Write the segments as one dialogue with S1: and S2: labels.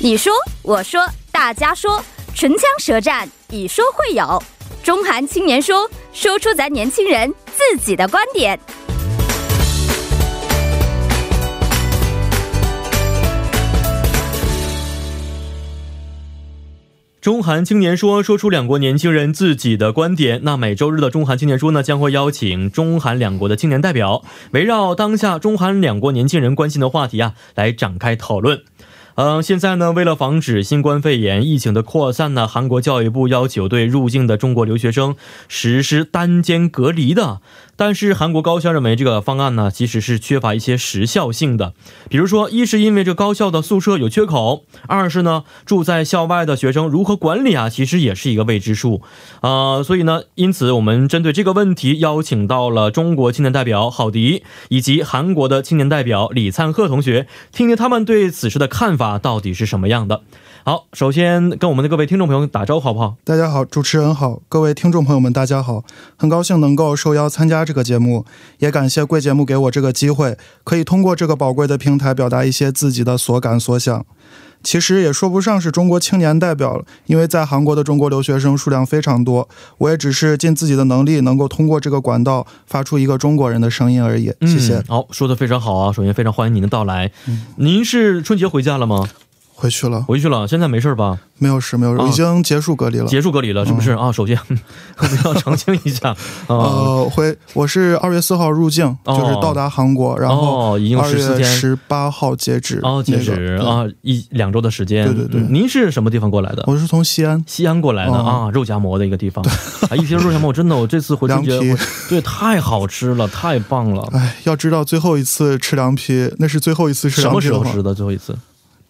S1: 你说，我说，大家说，唇枪舌战，以说会友。中韩青年说，说出咱年轻人自己的观点。
S2: 中韩青年说说出两国年轻人自己的观点。那每周日的中韩青年说呢，将会邀请中韩两国的青年代表，围绕当下中韩两国年轻人关心的话题啊，来展开讨论。嗯、现在呢，为了防止新冠肺炎疫情的扩散呢，韩国教育部要求对入境的中国留学生实施单间隔离的。但是韩国高校认为这个方案呢，其实是缺乏一些时效性的。比如说，一是因为这高校的宿舍有缺口，二是呢，住在校外的学生如何管理啊，其实也是一个未知数。啊、所以呢，因此我们针对这个问题，邀请到了中国青年代表郝迪以及韩国的青年代表李灿赫同学，听听他们对此事的看法到底是什么样的。好，首先跟我们的各位听众朋友打招呼好不好？
S3: 大家好，主持人好，各位听众朋友们，大家好，很高兴能够受邀参加这个节目，也感谢贵节目给我这个机会，可以通过这个宝贵的平台表达一些自己的所感所想。其实也说不上是中国青年代表了，因为在韩国的中国留学生数量非常多，我也只是尽自己的能力，能够通过这个管道发出一个中国人的声音而已。谢谢。嗯
S2: 嗯好、说的非常好啊！首先非常欢迎您的到来。您是春节回家了吗？
S3: 回去了，
S2: 回去了，现在没事儿吧？
S3: 没有事，没有事，
S2: 啊
S3: 已经结束隔离了。嗯
S2: 结束隔离了是不是、啊？首先 我们要澄清一 下啊。
S3: 呃，回我是二月四号入境，
S2: 哦
S3: 就是到达韩国，然后
S2: 哦，已经
S3: 二
S2: 十四
S3: 月
S2: 天
S3: 十八号截止。
S2: 哦，截止
S3: 那个、
S2: 啊，一两周的时间。
S3: 对对对
S2: 嗯您是什么地方过来的
S3: 对。？我是从西安，
S2: 西安过来的、啊，
S3: 哦
S2: 肉夹馍的一个地方。啊，一提到肉夹馍，真的，我这次 回春节，
S3: 凉皮
S2: 我对，太好吃了，太棒了。
S3: 哎，要知道最后一次吃凉皮，那是最后一次吃
S2: 什
S3: 凉
S2: 么
S3: 皮
S2: 时
S3: 的
S2: 候
S3: 话
S2: 吃，的最后一次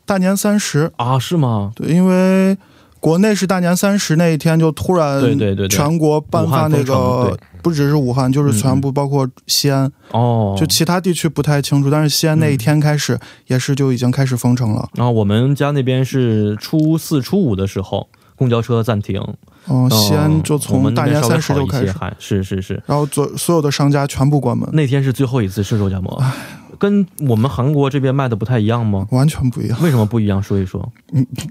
S3: 大年三十。
S2: 啊？是吗？
S3: 对，因为国内是大年三十那一天就突然
S2: 对对对对
S3: 全国颁发那
S2: 武汉封城嗯
S3: 个，不只是武汉，就是全部包括西安，
S2: 哦，嗯
S3: 就其他地区不太清楚，但是西安那一天开始也是就已经开始封城了。
S2: 然后啊我们家那边是初四、初五的时候，公交车暂停。
S3: 嗯，西安
S2: 嗯
S3: 就
S2: 我
S3: 从
S2: 们
S3: 大
S2: 那边
S3: 年
S2: 稍微
S3: 三十
S2: 好
S3: 就
S2: 一
S3: 开
S2: 些
S3: 始，
S2: 还是是是，
S3: 然后所所有的商家全部关门，
S2: 那天是最后一次吃肉夹馍，跟我们韩国这边卖的不太一样吗？
S3: 完全不一样，
S2: 为什么不一样？说一说。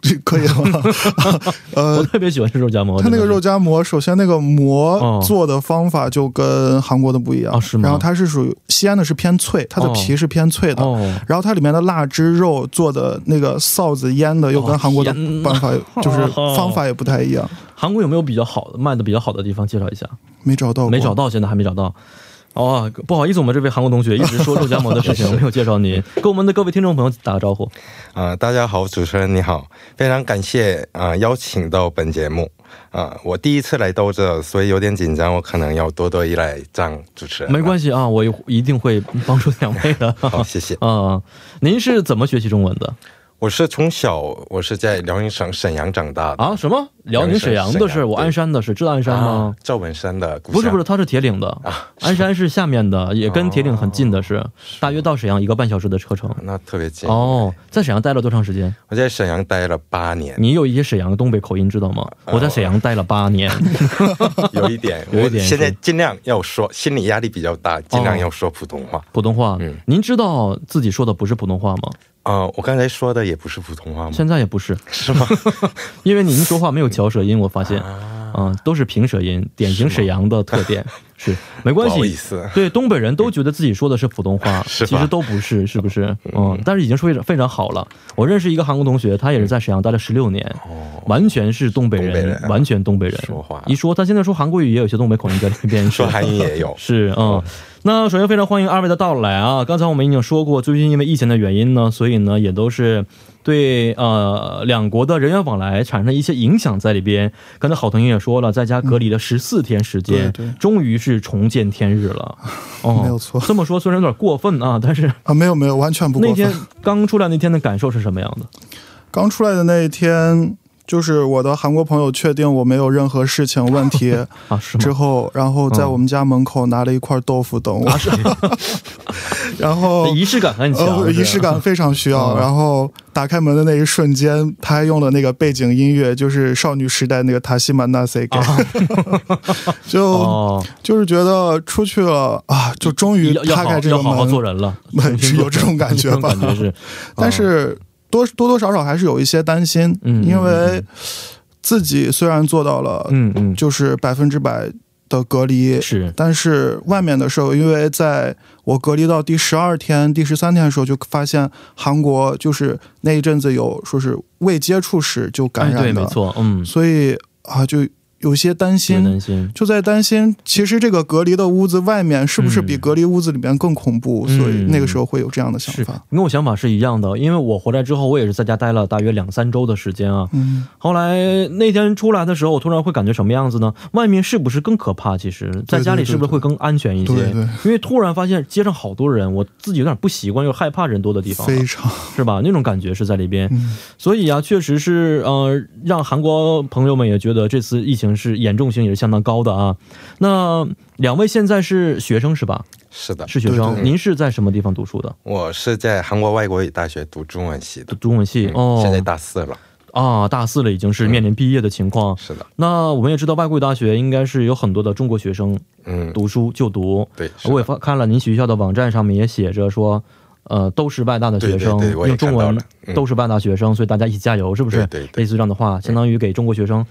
S3: 这可以吗？
S2: 我
S3: 呃。
S2: 特别喜欢吃肉夹馍。
S3: 它那
S2: 啊
S3: 个
S2: 真的
S3: 肉
S2: 是
S3: 夹馍，首先那个
S2: 哦
S3: 馍做的方法就跟韩国的不一样，
S2: 哦是吗
S3: 然后它是属于西安的是偏脆，它的
S2: 哦
S3: 皮是偏脆的，
S2: 哦，
S3: 然后它里面的腊汁肉做的那个臊子腌的，又跟韩国的
S2: 天哪
S3: 办法、就是方法也不太一样，
S2: 韩国有没有比较好的卖的比较好的地方？介绍一下。
S3: 没找到过，
S2: 没找到，现在还没找到。哦，不好意思，我们这位韩国同学一直说肉夹馍的事情，没有介绍您，跟我们的各位听众朋友打个招呼。
S4: 啊、大家好，主持人你好，非常感谢啊、邀请到本节目啊、我第一次来到这，所以有点紧张，我可能要多多依赖张主持人。
S2: 没关
S4: 系，
S2: 系啊，我一定会帮助两位的。
S4: 好，谢谢。
S2: 啊、您是怎么学习中文的
S4: 我是从小我是在辽宁省沈阳长大的
S2: 啊？什么？辽宁沈阳的
S4: 沈
S2: 是
S4: 阳啊
S2: 我
S4: 对
S2: 鞍山的是，知道鞍山吗？
S4: 赵本山的故乡
S2: 不是不是，他是铁岭的，
S4: 啊
S2: 鞍山是下面的，也跟铁岭很近的是，
S4: 哦
S2: 大约到沈阳一个半小时的车程。
S4: 那特别近。
S2: 哦，在沈阳待了多长时间？
S4: 我在沈阳待了八年，
S2: 你有一些沈阳东北口音，知道吗？
S4: 哦
S2: 我在沈阳待了八 年。，哦
S4: 有一点
S2: 有一点
S4: 我现在
S2: 是
S4: 尽量要说，心理压力比较大，尽量要说普通话。
S2: 普通话。
S4: 嗯
S2: 您知道自己说的不是普通话吗？
S4: 啊、我刚才说的也不是普通话吗？
S2: 现在也不是，
S4: 是吗？
S2: 因为您说话没有翘舌音，我发现，
S4: 啊
S2: 嗯、都是平舌音，典型沈阳的特 点。是，没关
S4: 不好意
S2: 系。
S4: 思，
S2: 对，东北人都觉得自己说的是普通话，
S4: 是吧
S2: 其实都不是，是不是？嗯，但是已经说非常好了。我认识一个韩国同学，他也是在沈阳待了十六年，完全是东北人，
S4: 哦东北人啊
S2: 完全东北人
S4: 说话
S2: 一说他现在说韩国语也有些东北口音在里边，
S4: 说韩语也有。
S2: 是，嗯，那首先非常欢迎二位的到来啊！刚才我们已经说过，最近因为疫情的原因呢，所以呢也都是对呃两国的人员往来产生一些影响在里边。刚才郝同学也说了，在家隔离
S3: 嗯
S2: 了十四天时间、
S3: 对对
S2: 终于是重见天日了。哦，
S3: 没有错
S2: 这么说虽然有点过分啊，但是
S3: 啊，没有没有，完全不过
S2: 那
S3: 分。
S2: 天刚出来那天的感受是什么样的？
S3: 刚出来的那一天，就是我的韩国朋友确定我没有任何事情问题
S2: 啊， 是
S3: 之
S2: 吗？嗯
S3: 后，然后在我们家门口拿了一块豆腐等我， 然后
S2: 啊仪式感很强，
S3: 呃，
S2: 是
S3: 哦仪式感非常需要。
S2: 嗯
S3: 然后打开门的那一瞬间，他还用了那个背景音乐，就是少女时代那个塔西曼纳塞给， 就、
S2: 啊哦，
S3: 就是觉得出去了啊，就终于
S2: 要要
S3: 踏
S2: 好嗯
S3: 开这个
S2: 要
S3: 门，
S2: 好好做人了，
S3: 是有这种感觉
S2: 有
S3: 吧
S2: 这种感觉是，
S3: 但是多多多少少还是有一些担心，
S2: 嗯
S3: 因为自己虽然做到了，
S2: 嗯嗯，
S3: 就是百分之百的隔离，
S2: 是，
S3: 但是外面的社会，因为在我隔离到第十二天、第十三天的时候，就发现韩国就是那一阵子有说是未接触史就感
S2: 哎，
S3: 染的，
S2: 对，没错，嗯，
S3: 所以啊，就有些担
S2: 别
S3: 心，
S2: 担心，
S3: 就在担心，其实这个隔离的屋子外面是不是比
S2: 嗯
S3: 隔离屋子里面更恐怖？
S2: 嗯
S3: 所以那个时候会有这样的想
S2: 是
S3: 法。
S2: 跟我想法是一样的，因为我回来之后，我也是在家待了大约两三周的时间啊。
S3: 嗯，
S2: 后来那天出来的时候，我突然会感觉什么样子呢？外面是不是更可怕？其实，在家里是不是会更安全一些？
S3: 对对，
S2: 因为突然发现街上好多人，我自己有点不习惯，又害怕人多的地方了，
S3: 非常，
S2: 是吧？那种感觉是在里边。
S3: 嗯，
S2: 所以啊，确实是，呃，让韩国朋友们也觉得这次疫情是严重性也是相当高的啊。那两位现在是学生是吧？
S4: 是 的，
S2: 是学生，
S3: 对对
S2: 您是在什么地方读书的？
S4: 我是在韩国外国语大学读中文系的
S2: 读，中文系、
S4: 嗯
S2: 哦，
S4: 现在大四了，
S2: 啊，大四了已经是
S4: 嗯
S2: 面临毕业的情况。
S4: 是的，
S2: 那我们也知道，外国语大学应该是有很多的中国学生
S4: 嗯，
S2: 读书就读。
S4: 对，是的
S2: 我也发看了您学校的网站上面也写着说，呃，都是外大的学生，
S4: 对对对我也
S2: 用中
S4: 看
S2: 文
S4: 到了嗯
S2: 都是外大学生，所以大家一起加油，是不是？
S4: 对对对
S2: 类似这样的话，相当于给中国学生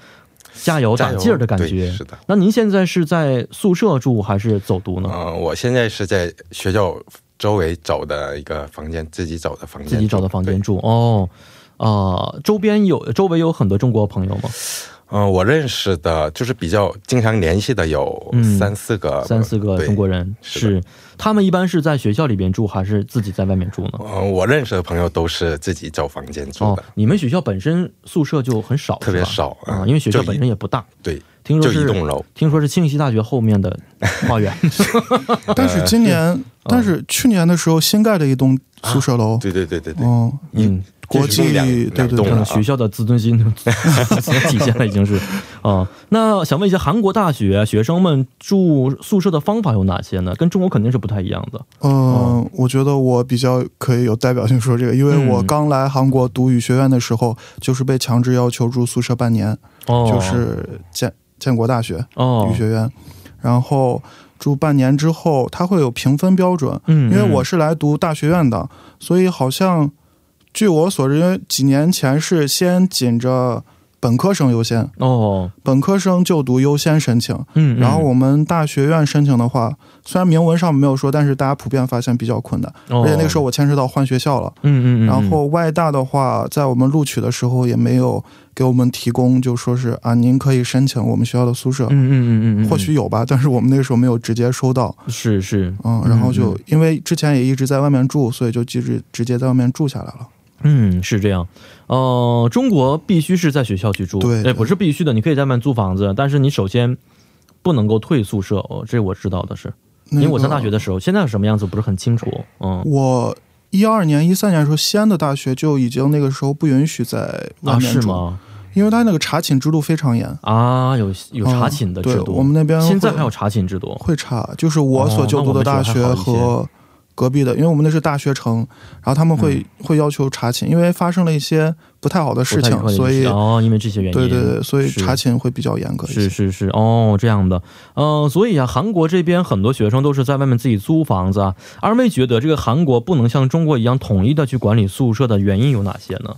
S2: 加油
S4: 加
S2: 打
S4: 油
S2: 劲儿的感觉
S4: 对。是的，
S2: 那您现在是在宿舍住还是走读呢？
S4: 嗯、我现在是在学校周围找的一个房间，自己找的房间，
S2: 自己找的房间。住哦。啊、周边有周围有很多中国朋友吗？
S4: 嗯、我认识的就是比较经常联系的有
S2: 嗯
S4: 三四个，
S2: 三四个
S4: 啊对
S2: 中国。人
S4: 是的
S2: 他们一般是在学校里边住，还是自己在外面住呢？
S4: 嗯、我认识的朋友都是自己找房间住
S2: 哦
S4: 的，，
S2: 你们学校本身宿舍就很少，
S4: 特别
S2: 是吧
S4: 少
S2: 啊、
S4: 嗯
S2: 因为学校
S4: 就一
S2: 本身也不大，
S4: 对，
S2: 听说
S4: 就是一栋楼。
S2: 听说是清溪大学后面 的花园，
S3: 但是今
S2: 嗯
S3: 年，但是去年的时候新盖的一栋宿舍
S2: 啊
S3: 楼，
S4: 对对对对对，
S3: 嗯，
S2: 嗯，
S3: 国
S4: 这是
S3: 际
S4: 两
S3: 对对
S4: 两栋啊
S3: 对
S4: 了
S2: 让学校的自尊心 体现了，已经是啊、那想问一下，韩国大学学生们住宿舍的方法有哪些呢？跟中国肯定是不太一样的。
S3: 嗯，我觉得我比较可以有代表性说这个，因为我
S2: 嗯
S3: 刚来韩国读语学院的时候，就是被强制要求住宿舍半年，
S2: 哦，
S3: 就是建建国大学
S2: 哦
S3: 语，学院，然后住半年之后，它会有评分标准，
S2: 嗯，
S3: 因为我是来读大学院的，所以好像据我所知，因为几年前是先紧着本科生优先，
S2: 哦，
S3: 本科生就读优先申请。
S2: 嗯，嗯
S3: 然后我们大学院申请的话，虽然明文上没有说，但是大家普遍发现比较困难。而且那个时候，我牵扯到换学校了，
S2: 哦嗯嗯嗯，
S3: 然后外大的话，在我们录取的时候也没有给我们提供，就说是啊，您可以申请我们学校的宿舍
S2: 嗯，嗯嗯嗯嗯，
S3: 或许有吧，但是我们那个时候没有直接收到。
S2: 是是，
S3: 嗯，然后就因为之前也一直在外面住，所以就直直直接在外面住下来了。
S2: 嗯，是这样。呃，中国必须是在学校去住，
S3: 对
S2: 哎，
S3: 对
S2: 不是必须的，你可以在外面租房子，但是你首先不能够退宿舍，哦，这我知道的是，
S3: 那
S2: 因为我上大学
S3: 的，
S2: 的时候，现在是什么样子不是很清楚，嗯，
S3: 我一二年、一三年的时候，西安的大学就已经那个时候不允许在外
S2: 啊，
S3: 面
S2: 是
S3: 住，
S2: 吗？
S3: 因为他那个查寝制度非常严，
S2: 啊，有有查寝的
S3: 嗯对
S2: 制度，
S3: 我们那边会
S2: 现在还有查寝制度，
S3: 会查，就是我所就读的大
S2: 哦哦那
S3: 学
S2: 我们学校还好
S3: 和隔壁的，因为我们那是大学城，然后他们
S2: 嗯
S3: 会、会要求查寝，因为发生了一些不太好的事情
S2: 不太，会
S3: 所以
S2: 哦，因为这些原因，
S3: 对对对，所以
S2: 是
S3: 查寝会比较严格一些。
S2: 是是是，哦，这样的，嗯、所以啊，韩国这边很多学生都是在外面自己租房子啊。二妹觉得这个韩国不能像中国一样统一的去管理宿舍的原因有哪些呢？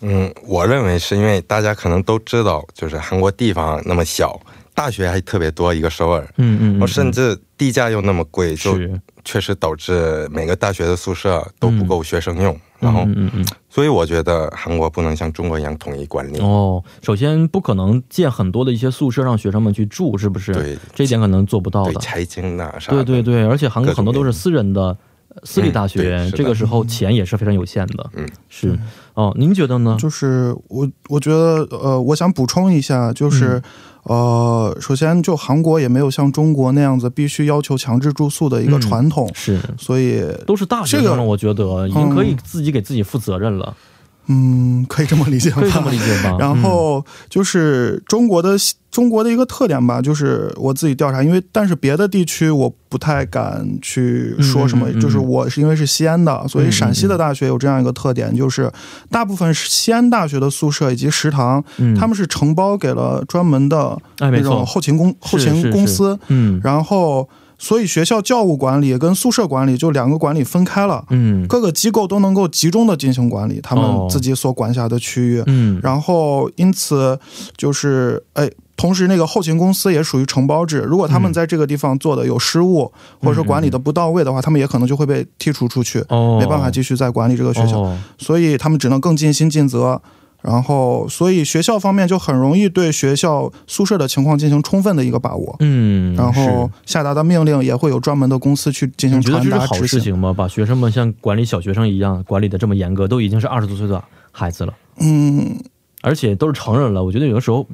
S4: 嗯，我认为是因为大家可能都知道，就是韩国地方那么小，大学还特别多，一个首尔，
S2: 嗯嗯
S4: 然后
S2: 嗯，，
S4: 甚至地价又那么贵，就是确实导致每个大学的宿舍都不够学生用。然后
S2: 嗯，嗯嗯
S4: 所以我觉得韩国不能像中国一样统一管理。
S2: 嗯，哦，首先不可能建很多的一些宿舍让学生们去住，是不是？，
S4: 对
S2: 这一点可能做不到
S4: 对，
S2: 的。
S4: 财经呐啥
S2: 对
S4: 的，
S2: 对对，而且韩国很多都是私人的。呃私立大学、
S4: 嗯对是的
S2: 这个时候钱也是非常有限的，
S4: 嗯，
S2: 是哦，您觉得呢？
S3: 就是我，我觉得，呃，我想补充一下，就是，
S2: 嗯
S3: 呃，首先就韩国也没有像中国那样子必须要求强制住宿的一个
S2: 嗯
S3: 传统，
S2: 是
S3: 所以，
S2: 都是大学
S3: 这
S2: 生了，
S3: 个
S2: 我觉得已经可以自己给自己负责任 了，
S3: 嗯，可以这么理解吧
S2: 可以。这么理解吧？
S3: 然
S2: 嗯
S3: 后就是中国的中国的一个特点吧，就是我自己调查，因为但是别的地区我不太敢去说什么，
S2: 嗯嗯嗯嗯嗯
S3: 就是我是因为是西安的，所以陕西的大学有这样一个特点，就是大部分西安大学的宿舍以及食堂，
S2: 嗯
S3: 他们是承包给了专门的
S2: 哎，
S3: 那
S2: 没
S3: 种
S2: 错，
S3: 后勤公后
S2: 是是
S3: 勤
S2: 是
S3: 公司，
S2: 嗯，
S3: 然后所以学校教务管理跟宿舍管理就两个管理分开了，
S2: 嗯
S3: 各个机构都能够集中的进行管理他
S2: 哦
S3: 们自己所管辖的区域。
S2: 嗯，
S3: 然后因此就是哎。同时，那个后勤公司也属于承包制。如果
S2: 嗯
S3: 他们在这个地方做的有失误，或者说管理的不到位的话，他们也可能就会被剔除出去，
S2: 哦，
S3: 没办法继续再管理这个学校。
S2: 哦
S3: 所以他们只能更尽心尽责。然后，所以学校方面就很容易对学校宿舍的情况进行充分的一个把握。
S2: 嗯，
S3: 然后
S2: 是。
S3: 下达的命令也会有专门的公司去进行
S2: 你觉得
S3: 传
S2: 这是
S3: 达
S2: 好
S3: 执
S2: 事
S3: 行。
S2: 情吗？把学生们像管理小学生一样管理的这么严格，都已经是二十多岁的孩子了，
S3: 嗯，
S2: 而且都是成人了。我觉得有的时候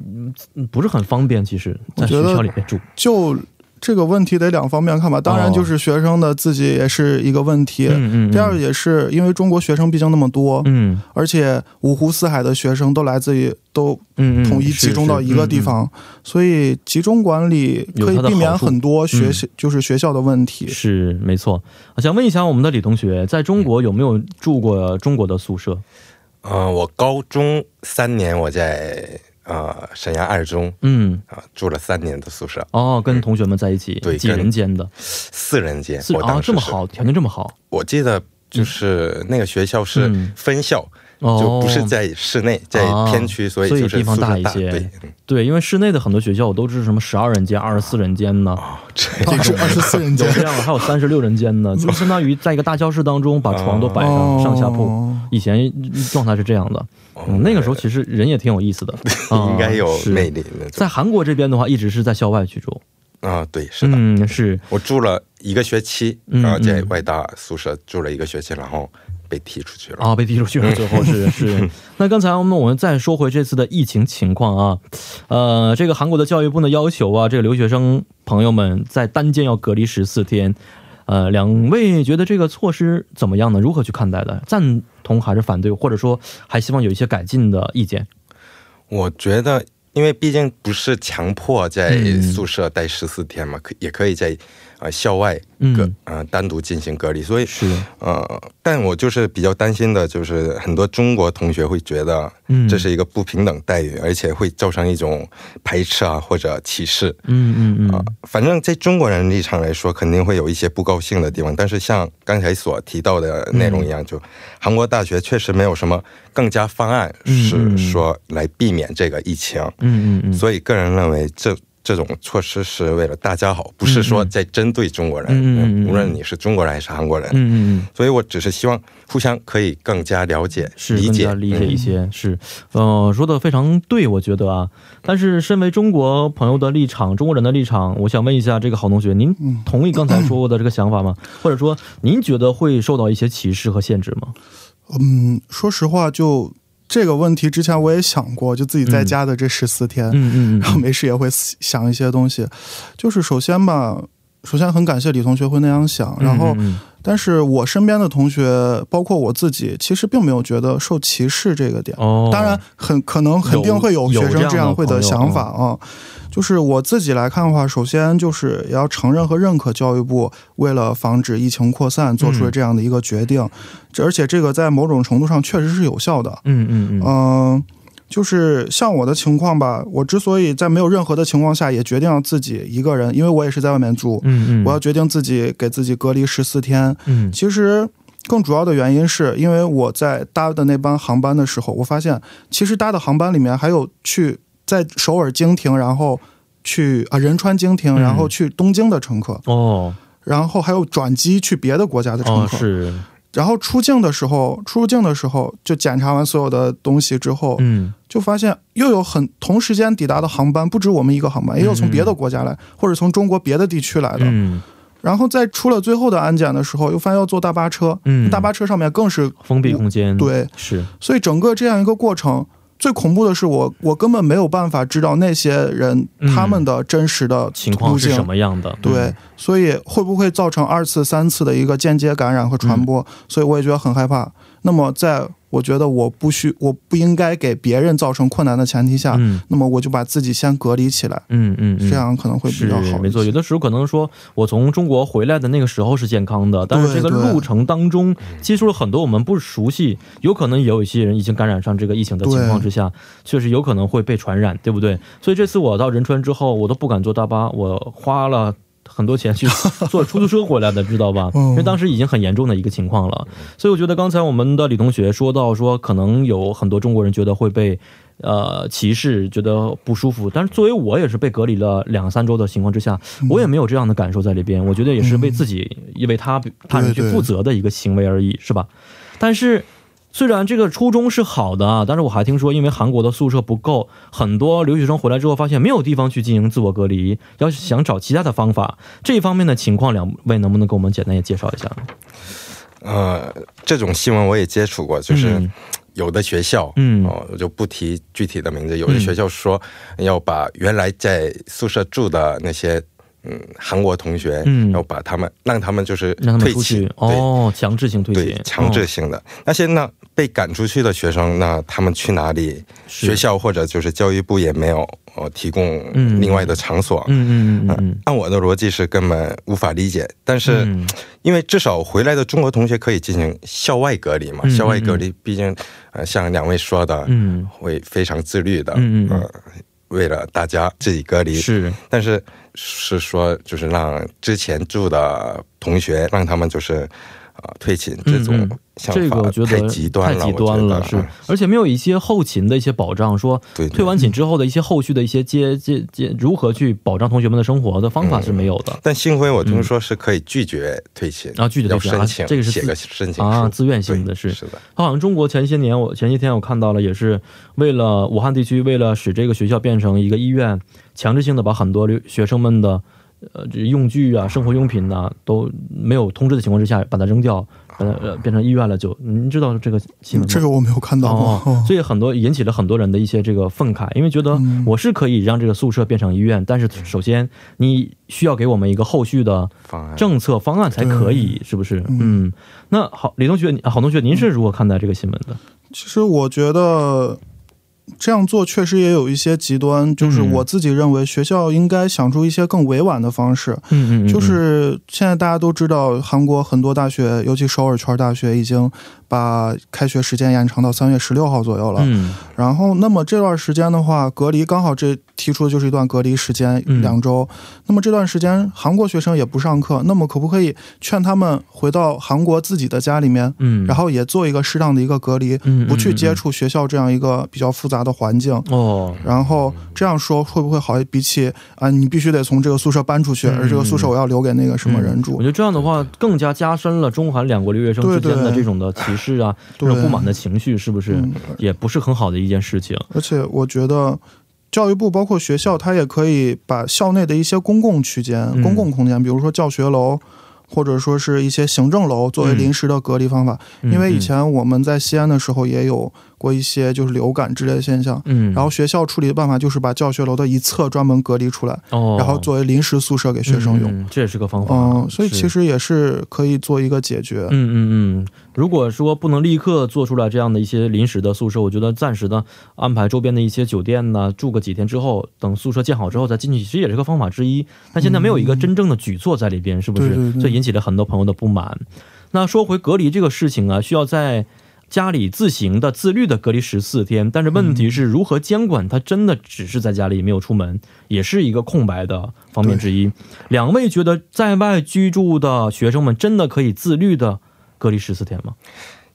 S2: 嗯不是很方便，其实在
S3: 我
S2: 学
S3: 觉得
S2: 校里面住，
S3: 就这个问题得两方面看吧。当然，
S2: 哦
S3: 就是学生的自己也是一个问题。
S2: 嗯嗯，
S3: 第二，也是因为中国学生毕竟那么多，
S2: 嗯
S3: 而且五湖四海的学生都来自于都
S2: 嗯嗯，
S3: 统一
S2: 是嗯
S3: 集中到一个地，方，所以集中管理可以
S2: 有它的
S3: 避免
S2: 好处
S3: 很多学
S2: 嗯
S3: 习、就是学校的问题
S2: 是。是是没错。啊想问一下我们的李同学，在中国有没有住过中国的宿舍？
S4: 呃，我高中三年我在呃沈阳二中
S2: 嗯，
S4: 啊、住了三年的宿舍，
S2: 哦，跟同学们在一起，
S4: 对
S2: 几
S4: 跟
S2: 人间的，
S4: 四人间。
S2: 是
S4: 我当
S2: 啊，
S4: 时
S2: 这么
S4: 是，
S2: 好，条件这么好，
S4: 我记得就是那个学校是
S2: 嗯
S4: 分校，
S2: 哦，
S4: 就不是在室内，在
S2: 啊
S4: 偏区，所以
S2: 所以
S4: 就是
S2: 地方
S4: 宿舍
S2: 大一些
S4: 对， 嗯
S2: 对，因为室内的很多学校都是什么十二人间、二十四人间呢，
S4: 哦，这
S3: 二十二十四人
S2: 有
S3: 间
S2: 这样的，还有三十六人间 呢，就相当于在一个大教室当中把床都摆上，上下铺。
S3: 哦
S2: 以前状态是这样的，嗯，那个时候其实人也挺有意思的，啊
S4: 哦 应该有
S2: 是
S4: 魅力那种
S2: 在韩国这边的话，一直是在校外居住。
S4: 啊，对，是的。
S2: 嗯，是
S4: 我住了一个学期，
S2: 嗯
S4: 然后在
S2: 嗯
S4: 外大宿舍住了一个学期，然后被踢出去了。
S2: 啊，被踢出去了，最后是是。 那刚才我们我们再说回这次的疫情情况啊，呃，这个韩国的教育部呢要求啊，这个留学生朋友们在单间要隔离十四天。呃，两位觉得这个措施怎么样呢？如何去看待的？赞同还是反对，或者说还希望有一些改进的意见？
S4: 我觉得，因为毕竟不是强迫在
S2: 嗯
S4: 宿舍待十四天嘛，可、也可以在呃校外隔
S2: 嗯，
S4: 呃单独进行隔离，所以
S2: 是，
S4: 呃，但我就是比较担心的，就是很多中国同学会觉得
S2: 嗯，
S4: 这是一个不平等待遇，而且会造成一种排斥啊或者歧视。
S2: 嗯嗯
S4: 啊
S2: 嗯，
S4: 反正在中国人立场来说，肯定会有一些不高兴的地方。但是像刚才所提到的内容一
S2: 嗯
S4: 样，就韩国大学确实没有什么更加方案
S2: 嗯
S4: 是
S2: 嗯
S4: 说来避免这个疫情，
S2: 嗯嗯嗯，
S4: 所以个人认为这。这种措施是为了大家好，不是说在针对中国人。
S2: 嗯嗯嗯嗯嗯
S4: 无论你是中国人还是韩国人，
S2: 嗯嗯嗯。
S4: 所以我只是希望互相可以更加了解、
S2: 是
S4: 理
S2: 更
S4: 解
S2: 加、理解一哎些，是，呃，说的非常对，我觉得啊。但是，身为中国朋友的立场，中国人的立场，我想问一下这个郝同学，您
S3: 嗯
S2: 同意刚才说过的这个想法吗？ 或者说，您觉得会受到一些歧视和限制吗？
S3: 嗯，说实话，就这个问题之前我也想过，就自己在家的这十四天，
S2: 嗯嗯嗯
S3: 然后没事也会思想一些东西。就是首先吧，首先很感谢李同学会那样想，
S2: 嗯，
S3: 然后，
S2: 嗯
S3: 但是我身边的同学，包括我自己，其实并没有觉得受歧视这个点。
S2: 哦，
S3: 当然，很可能肯定会有
S2: 有
S3: 学生
S2: 有这样的
S3: 这样会
S2: 朋友嗯
S3: 的想法啊。就是我自己来看的话，首先就是也要承认和认可教育部为了防止疫情扩散做出了这样的一个决定，这而且这个在某种程度上确实是有效的。
S2: 嗯，嗯嗯嗯，
S3: 嗯，就是像我的情况吧，我之所以在没有任何的情况下也决定要自己一个人，因为我也是在外面住，
S2: 嗯嗯，
S3: 我要决定自己给自己隔离十四天。
S2: 嗯
S3: 其实更主要的原因是因为我在搭的那班航班的时候，我发现其实搭的航班里面还有去在首尔经停，然后去啊仁川经停，
S2: 嗯
S3: 然后去东京的乘客，
S2: 哦
S3: 然后还有转机去别的国家的乘
S2: 哦
S3: 客。
S2: 是，
S3: 然后出境的时候，出入境的时候就检查完所有的东西之后，
S2: 嗯
S3: 就发现又有很同时间抵达的航班，不止我们一个航班，也有从别的国家来，或者从中国别的地区来的。
S2: 嗯
S3: 然后在出了最后的安检的时候，又发现要坐大巴车，
S2: 嗯，
S3: 大巴车上面更是
S2: 封闭空间，，
S3: 对，
S2: 是，
S3: 所以整个这样一个过程。最恐怖的是我，我根本没有办法知道那些人、
S2: 嗯
S3: 他们的真实的
S2: 情
S3: 路
S2: 况是
S3: 径
S2: 什么样的？嗯
S3: 对，所以会不会造成二次、三次的一个间接感染和传
S2: 嗯
S3: 播？所以我也觉得很害怕。那么，在我觉得我不需、我不应该给别人造成困难的前提下，
S2: 嗯，
S3: 那么我就把自己先隔离起来，
S2: 嗯嗯嗯嗯，
S3: 啊这样可能会比较
S2: 是
S3: 好。
S2: 没错，有，的时候可能说我从中国回来的那个时候是健康的，但是这
S3: 对
S2: 个
S3: 对
S2: 路程当中接触了很多我们不熟悉，有可能也有一些人已经感染上这个疫情的情况之下，确实有可能会被传染，对不对？所以这次我到仁川之后，我都不敢坐大巴，我花了。很多钱去坐出租车回来的，知道 吧？
S3: 嗯
S2: 因为当时已经很严重的一个情况了，所以我觉得刚才我们的李同学说到说，可能有很多中国人觉得会被。呃，歧视觉得不舒服，但是作为我也是被隔离了两三周的情况之下，我也没有这样的感受在里边。我觉得也是为自己，因为他他人去
S3: 对对
S2: 负责的一个行为而已，是吧？但是虽然这个初衷是好的啊，但是我还听说，因为韩国的宿舍不够，很多留学生回来之后发现没有地方去进行自我隔离，要是想找其他的方法。这一方面的情况，两位能不能给我们简单也介绍一下？
S4: 呃，这种新闻我也接触过，就是
S2: 嗯
S4: 有的学校，
S2: 嗯
S4: 哦，我就不提具体的名字，有的学校说要把原来在宿舍住的那些。嗯，韩国同学，
S2: 嗯
S4: 要把他们让他们就是
S2: 让他们
S4: 退
S2: 出
S4: 群
S2: 去，哦，强制性退
S4: 对对
S2: 学，，
S4: 强制
S2: 哦
S4: 性的。那些呢被赶出去的学生，那他们去哪里？
S2: 是
S4: 学校或者就是教育部也没有呃提供
S2: 嗯
S4: 另外的场所。
S2: 嗯嗯嗯嗯
S4: 按我的逻辑是根本无法理解，但是、
S2: 嗯，是
S4: 因为至少回来的中国同学可以进行校外隔离嘛，
S2: 嗯
S4: 校外隔离毕竟呃像两位说的，
S2: 嗯
S4: 会非常自律的，
S2: 嗯嗯嗯
S4: 呃，为了大家自己隔离，
S2: 是
S4: 但是是说就是让之前住的同学让他们就是呃退勤这种
S2: 嗯嗯
S4: 想
S2: 这个
S4: 法
S2: 我觉得
S4: 太极端了，
S2: 太极端
S4: 我
S2: 了，
S4: 觉得啊
S2: 是，而且没有一些后勤的一些保障，说
S4: 对对
S2: 退完寝之后的一些后续的一些接接接，如何去保障同学们的生活的方法是没有的。
S4: 但幸亏我听说是可以拒绝退勤，
S2: 啊拒绝退勤
S4: 要
S2: 啊
S4: 申请，
S2: 这个是
S4: 写
S2: 自
S4: 个申请
S2: 啊
S4: 书
S2: 自愿性的
S4: 对
S2: 是
S4: 是的，
S2: 好像中国前些年，我前些天我看到了，也是为了武汉地区，为了使这个学校变成一个医院，强制性的把很多留学生们的呃这用具啊、生活用品呐、都没有通知的情况之下，把它扔掉，把它呃变成医院了就。您知道这个新闻吗？
S3: 嗯这个我没有看到过。
S2: 哦
S3: 哦，
S2: 所以很多引起了很多人的一些这个愤慨，因为觉得
S3: 嗯
S2: 我是可以让这个宿舍变成医院，但是首先你需要给我们一个后续的
S4: 方案
S2: 政策方案才可以，是不是？嗯，那好，李同学，你啊郝同学，您是如何看待这个新闻的？
S3: 其实我觉得这样做确实也有一些极端，就是
S2: 嗯
S3: 我自己认为学校应该想出一些更委婉的方式。
S2: 嗯嗯，嗯
S3: 就是现在大家都知道，韩国很多大学，尤其首尔圈大学，已经把开学时间延长到三月十六号左右了。
S2: 嗯
S3: 然后，那么这段时间的话，隔离刚好这提出的就是一段隔离时间，
S2: 嗯
S3: 两周。那么这段时间，韩国学生也不上课，那么可不可以劝他们回到韩国自己的家里面，
S2: 嗯，
S3: 然
S2: 后
S3: 后也做一个适当的一个隔离，
S2: 嗯
S3: 不去接触学校这样一个比较复杂的环境？
S2: 哦，
S3: 然后这样说会不会好？比起啊，你必须得从这个宿舍搬出去，
S2: 嗯
S3: 而这个宿舍我要留给那个什么人
S2: 我
S3: 住
S2: 觉。得这样的话更加加深了中韩两国留学生之间
S3: 对
S2: 的
S3: 对
S2: 这种的歧视啊，这
S3: 对
S2: 种不满的情绪，是不是
S3: 嗯
S2: 也不是很好的一件事情？
S3: 而且我觉得。教育部包括学校，它也可以把校内的一些公共区间、
S2: 嗯
S3: 公共空间，比如说教学楼，或者说是一些行政楼，作为
S2: 嗯
S3: 临时的隔离方法。
S2: 嗯
S3: 因为以前我们在西安的时候也有过一些就是流感之类的现象，
S2: 嗯，
S3: 然后学校处理的办法就是把教学楼的一侧专门隔离出来，
S2: 哦，
S3: 然后作为临时宿舍给学生用。
S2: 嗯，嗯这也是个方法。
S3: 嗯，所以其
S2: 是
S3: 实也是可以做一个解决。
S2: 嗯嗯嗯，如果说不能立刻做出来这样的一些临时的宿舍，我觉得暂时的安排周边的一些酒店呢，住个几天之后，等宿舍建好之后再进去，其实也是个方法之一。但现在没有一个真正的举措在里边，是不是？
S3: 对对对
S2: 所以引起了很多朋友的不满。那说回隔离这个事情啊，需要在。家里自行的自律的隔离十四天，但是问题是如何监管？他真的只是在家里没有出门，也是一个空白的方面之一。两位觉得在外居住的学生们真的可以自律的隔离十四天吗？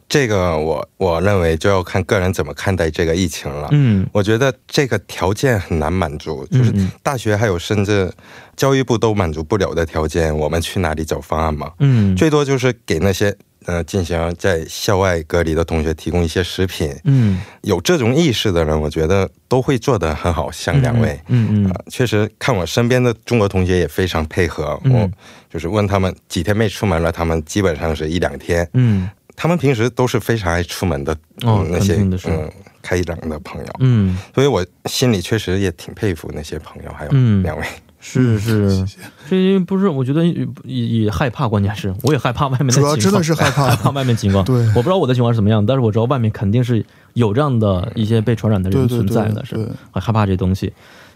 S4: 这个我我认为就要看个人怎么看待这个疫情了。
S2: 嗯
S4: 我觉得这个条件很难满足，就是
S2: 嗯
S4: 大学还有甚至教育部都满足不了的条件，我们去哪里找方案嘛？
S2: 嗯，
S4: 最多就是给那些呃进行在校外隔离的同学提供一些食品。
S2: 嗯
S4: 有这种意识的人，我觉得都会做得很好，像两位。
S2: 嗯嗯
S4: 呃确实，看我身边的中国同学也非常配合。
S2: 嗯
S4: 我就是问他们几天没出门了，他们基本上是一两天。
S2: 嗯
S4: 他们平时都是非常爱出门的，
S2: 哦
S4: 嗯那
S2: 肯
S4: 些
S2: 定的是
S4: 嗯开朗的朋友，
S2: 嗯，
S4: 所以我心里确实也挺佩服那些朋友，还有
S2: 嗯
S4: 两位。
S2: 是是，这不是我觉得也也害怕，关键是我也害怕外面的情
S3: 主
S2: 况，
S3: 要真的是害 怕
S2: 害怕外面情况。
S3: 对
S2: 我不知道我的情况是怎么样，但是我知道外面肯定是有这样的一些被传染的
S3: 对
S2: 人
S3: 对
S2: 存
S3: 对
S2: 在的，是
S3: 对，
S2: 很害怕这东西。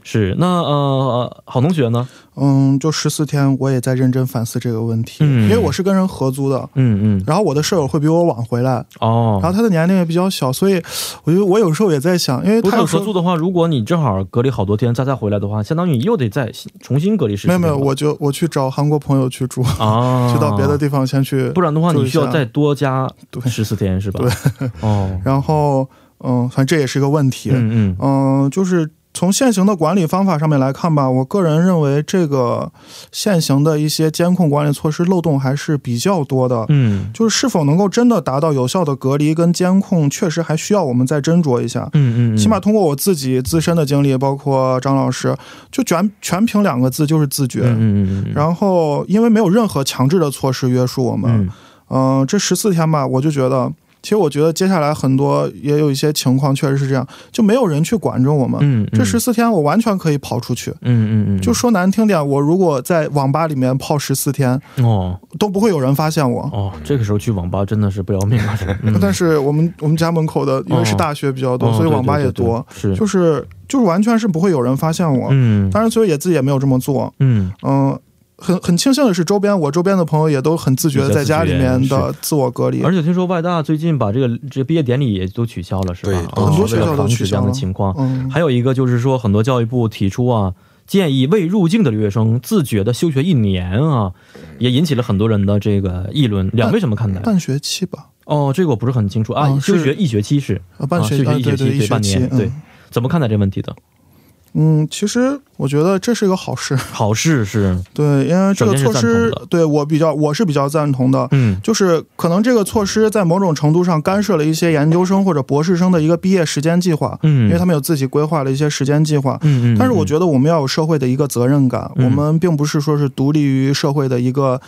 S2: 是，那呃，好同学呢？
S3: 嗯，就十四天，我也在认真反思这个问题，
S2: 嗯
S3: 因为我是跟人合租的，
S2: 嗯嗯，
S3: 然后我的舍友会比我晚回来，
S2: 哦，
S3: 然后他的年龄也比较小，所以我觉得我有时候也在想，因为
S2: 不
S3: 他
S2: 过
S3: 有时
S2: 合
S3: 候
S2: 租的话，如果你正好隔离好多天，再再回来的话，相当于又得再重新隔离十
S3: 没有
S2: 天
S3: 没有，
S2: 吧
S3: 我就我去找韩国朋友去住，
S2: 啊，
S3: 去到别的地方先去，
S2: 不然的话
S3: 住一
S2: 你需要
S3: 下
S2: 再多加
S3: 对
S2: 十四天是吧？哦，
S3: 然后嗯，反正这也是一个问题，
S2: 嗯嗯
S3: 嗯，就是从现行的管理方法上面来看吧，我个人认为这个现行的一些监控管理措施漏洞还是比较多的。
S2: 嗯
S3: 就是是否能够真的达到有效的隔离跟监控，确实还需要我们再斟酌一下。
S2: 嗯嗯，
S3: 起码通过我自己自身的经历，包括张老师，就全全凭两个字，就是自觉。
S2: 嗯嗯嗯，后
S3: 然后，因为没有任何强制的措施约束我们，
S2: 嗯
S3: 嗯、这十四天吧，我就觉得，其实我觉得接下来很多也有一些情况确实是这样，就没有人去管着我们。
S2: 嗯，
S3: 这十四天我完全可以跑出去。
S2: 嗯嗯嗯，
S3: 就说难听点，我如果在网吧里面泡十四天，
S2: 哦
S3: 都不会有人发现我。呃
S2: 哦，这个时候去网吧真的是不要命啊！
S3: 但是我们我们家门口的，因为是大学比较
S2: 哦
S3: 多，所以网吧也多，，
S2: 是
S3: 就是就是完全是不会有人发现我。
S2: 嗯
S3: 当然，所以也自己也没有这么做。
S2: 嗯
S3: 嗯、很很庆幸的是，周边我周边的朋友也都很自觉地在家里面的自我隔离。
S2: 嗯而且听说外大最近把这个这个毕业典礼也都取消了，是吧？
S4: 对
S2: 哦
S4: 很多
S2: 为了
S3: 学校都
S2: 防止
S3: 取消
S2: 这样的
S3: 了
S2: 情况。
S3: 嗯，
S2: 还有一个就是说，很多教育部提出啊，建议未入境的留学生自觉的休学一年啊，也引起了很多人的这个议论。两位怎么看待？
S3: 半学期吧，
S2: 哦，这个我不是很清楚啊。
S3: 嗯
S2: 休
S3: 是
S2: 学一学期是
S3: 啊，半学
S2: 啊、休
S3: 期，
S2: 学
S3: 啊
S2: 一学
S3: 对
S2: 期、
S3: 对，一学
S2: 半
S3: 期
S2: 年、，对
S3: 嗯。
S2: 怎么看待这问题的？
S3: 嗯，其实我觉得这是一个好事，
S2: 好事是，
S3: 对，因为这个
S2: 首先是
S3: 措施
S2: 赞同的
S3: 对我比较我是比较赞同的，
S2: 嗯
S3: 就是可能这个措施在某种程度上干涉了一些研究生或者博士生的一个毕业时间计划，
S2: 嗯，
S3: 因为他们有自己规划了一些时间计划。
S2: 嗯嗯，
S3: 但是我
S2: 得
S3: 觉得我们要有社会的一个责任感，
S2: 嗯
S3: 我们并不是说是独立于社会的一个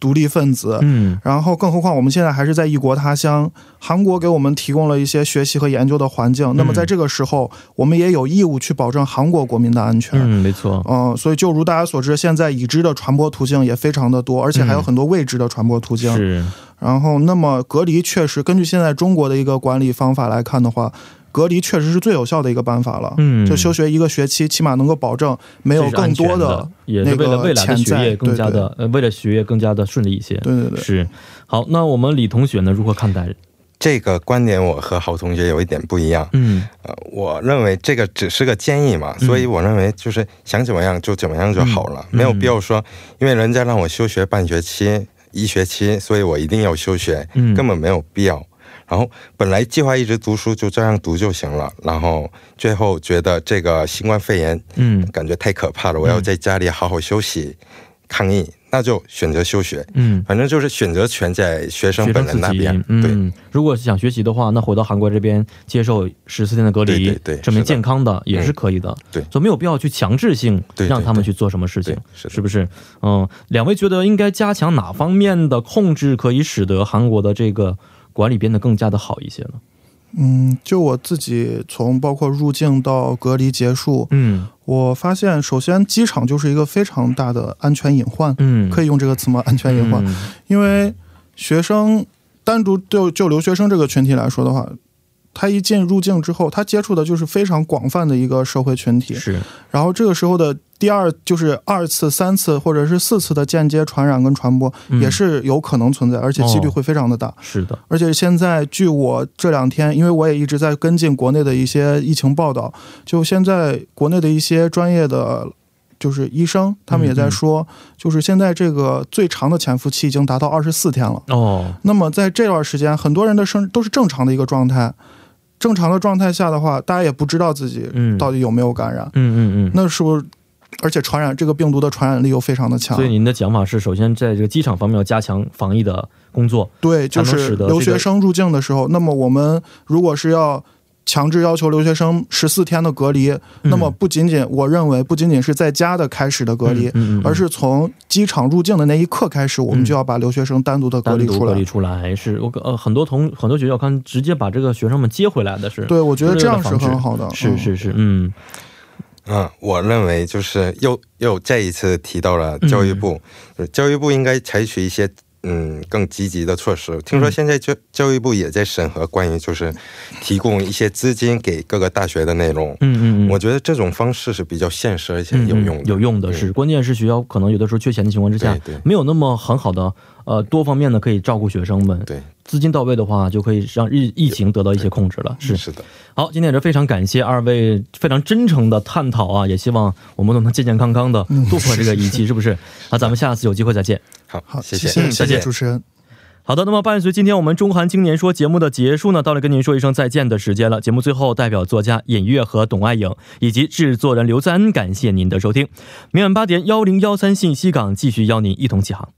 S3: 独立分子。
S2: 嗯
S3: 然后，更何况我们现在还是在异国他乡，韩国给我们提供了一些学习和研究的环境。那么，
S2: 嗯
S3: 在这个时候，我们也有义务去保证韩国国民的安全。
S2: 嗯，没错，
S3: 嗯，所以就如大家所知，现在已知的传播途径也非常的多，而且还有很多未知的传播途径。
S2: 嗯是
S3: 然后，那么隔离确实，根据现在中国的一个管理方法来看的话，隔离确实是最有效的一个办法了。
S2: 嗯，
S3: 就休学一个学期，起码能够保证没有
S2: 这是安
S3: 更
S2: 全
S3: 多
S2: 的，也是
S3: 那
S2: 为了
S3: 个
S2: 未来的
S3: 潜
S2: 学
S3: 在
S2: 业更加
S3: 对对
S2: 的，呃，为了学业更加的顺利一些。
S3: 对对对，
S2: 是，好，那我们李同学呢，如何看待？
S4: 这个观点我和郝同学有一点不一样。
S2: 嗯
S4: 呃，我认为这个只是个建议嘛，所以我认为就是想怎么样就怎么样就好了，
S2: 嗯
S4: 没有必要说，因为人家让我休学半学期、一学期，所以我一定要休学，
S2: 嗯，
S4: 根本没有必要。然后本来计划一直读书就这样读就行了，然后最后觉得这个新冠肺炎
S2: 嗯
S4: 感觉太可怕了，我要在家里好好休息，抗疫，那就选择休学。
S2: 嗯，
S4: 反正就是选择权在学生
S2: 学
S4: 本
S2: 生
S4: 人
S2: 自
S4: 那
S2: 己
S4: 边，，对，
S2: 嗯，如果想学习的话，那回到韩国这边接受十四天的隔离，
S4: 对对对
S2: 证明
S4: 是的嗯
S2: 健康的也是可以的，
S4: 对
S2: 所以没有必要去强制性
S4: 对对
S2: 让他们去做什么事情
S4: 对。，是
S2: 是
S4: 的，
S2: 不是？嗯，两位觉得应该加强哪方面的控制，可以使得韩国的这个管理变得更加的好一些呢？
S3: 嗯，就我自己从包括入境到隔离结束，
S2: 嗯
S3: 我发现，首先机场就是一个非常大的安全隐患，
S2: 嗯，
S3: 可
S2: 以
S3: 以用这个词吗？安全隐患，因为学生单独就就留学生这个群体来说的话，他一进入境之后，他接触的就是非常广泛的一个社会群体。
S2: 是
S3: 然后这个时候的第二就是二次、三次或者是四次的间接传染跟传播、
S2: 嗯
S3: 也是有可能存在，而且几率
S2: 哦
S3: 会非常的大。
S2: 是的，
S3: 而且现在据我这两天，因为我也一直在跟进国内的一些疫情报道，就现在国内的一些专业的。就是医生，他们也在说，就是现在这个最长的潜伏期已经达到二十四天了。
S2: 哦，
S3: 那么在这段时间，很多人的生都是正常的一个状态。正常的状态下的话，大家也不知道自己
S2: 嗯，
S3: 到底有没有感染。
S2: 嗯嗯嗯。
S3: 那是不是？而且传染这个病毒的传染力又非常的强
S2: 所，以您的讲法是，首先在这个机场方面要加强防疫的工作。
S3: 对，就
S2: 才能
S3: 是
S2: 使得这
S3: 留
S2: 个
S3: 学生入境的时候，那么我们如果是要强制要求留学生十四天的隔离，
S2: 嗯
S3: 那么不仅仅我认为不仅仅是在家的开始的隔离，
S2: 嗯嗯嗯
S3: 而是从机场入境的那一刻开始，我们
S2: 嗯
S3: 就要把留学生单独的隔
S2: 单
S3: 离
S2: 独
S3: 出
S2: 隔
S3: 来
S2: 离。出来，是我呃很多同很多学校看直接把这个学生们接回来的是，
S3: 对，我觉得
S2: 为
S3: 这
S2: 了
S3: 样是
S2: 防止
S3: 很好的。
S2: 是
S3: 嗯
S2: 是是，嗯
S4: 嗯，我认为就是又又再一次提到了教嗯育部，就是教育部应该采取一些嗯更积极的措施。听说现在就教育部也在审核关于就是提供一些资金给各个大学的内容。
S2: 嗯嗯嗯，嗯
S4: 我觉得这种方式是比较现实而且有用的。嗯
S2: 有用的是，关键是学校可能有的时候缺钱的情况之下
S4: 对对，
S2: 没有那么很好的呃多方面的可以照顾学生们。
S4: 对，
S2: 资金到位的话，就可以让疫疫情得到一些控制了。是
S4: 是的，
S2: 好，今天也是非常感谢二位非常真诚的探讨啊，也希望我们都能健健康康的
S4: 嗯
S2: 度过这个疫期，是不是？啊，咱们下次有机会再见。
S4: 好，
S3: 好，
S4: 谢
S3: 谢
S2: 嗯
S4: 谢，
S3: 谢谢嗯主持人。
S2: 好的，那么伴随今天我们《中韩青年说》节目的结束呢，到了跟您说一声再见的时间了。节目最后，代表作家尹月和董爱颖以及制作人刘在恩，感谢您的收听。明晚八点幺零幺三信息港继续邀您一同起航。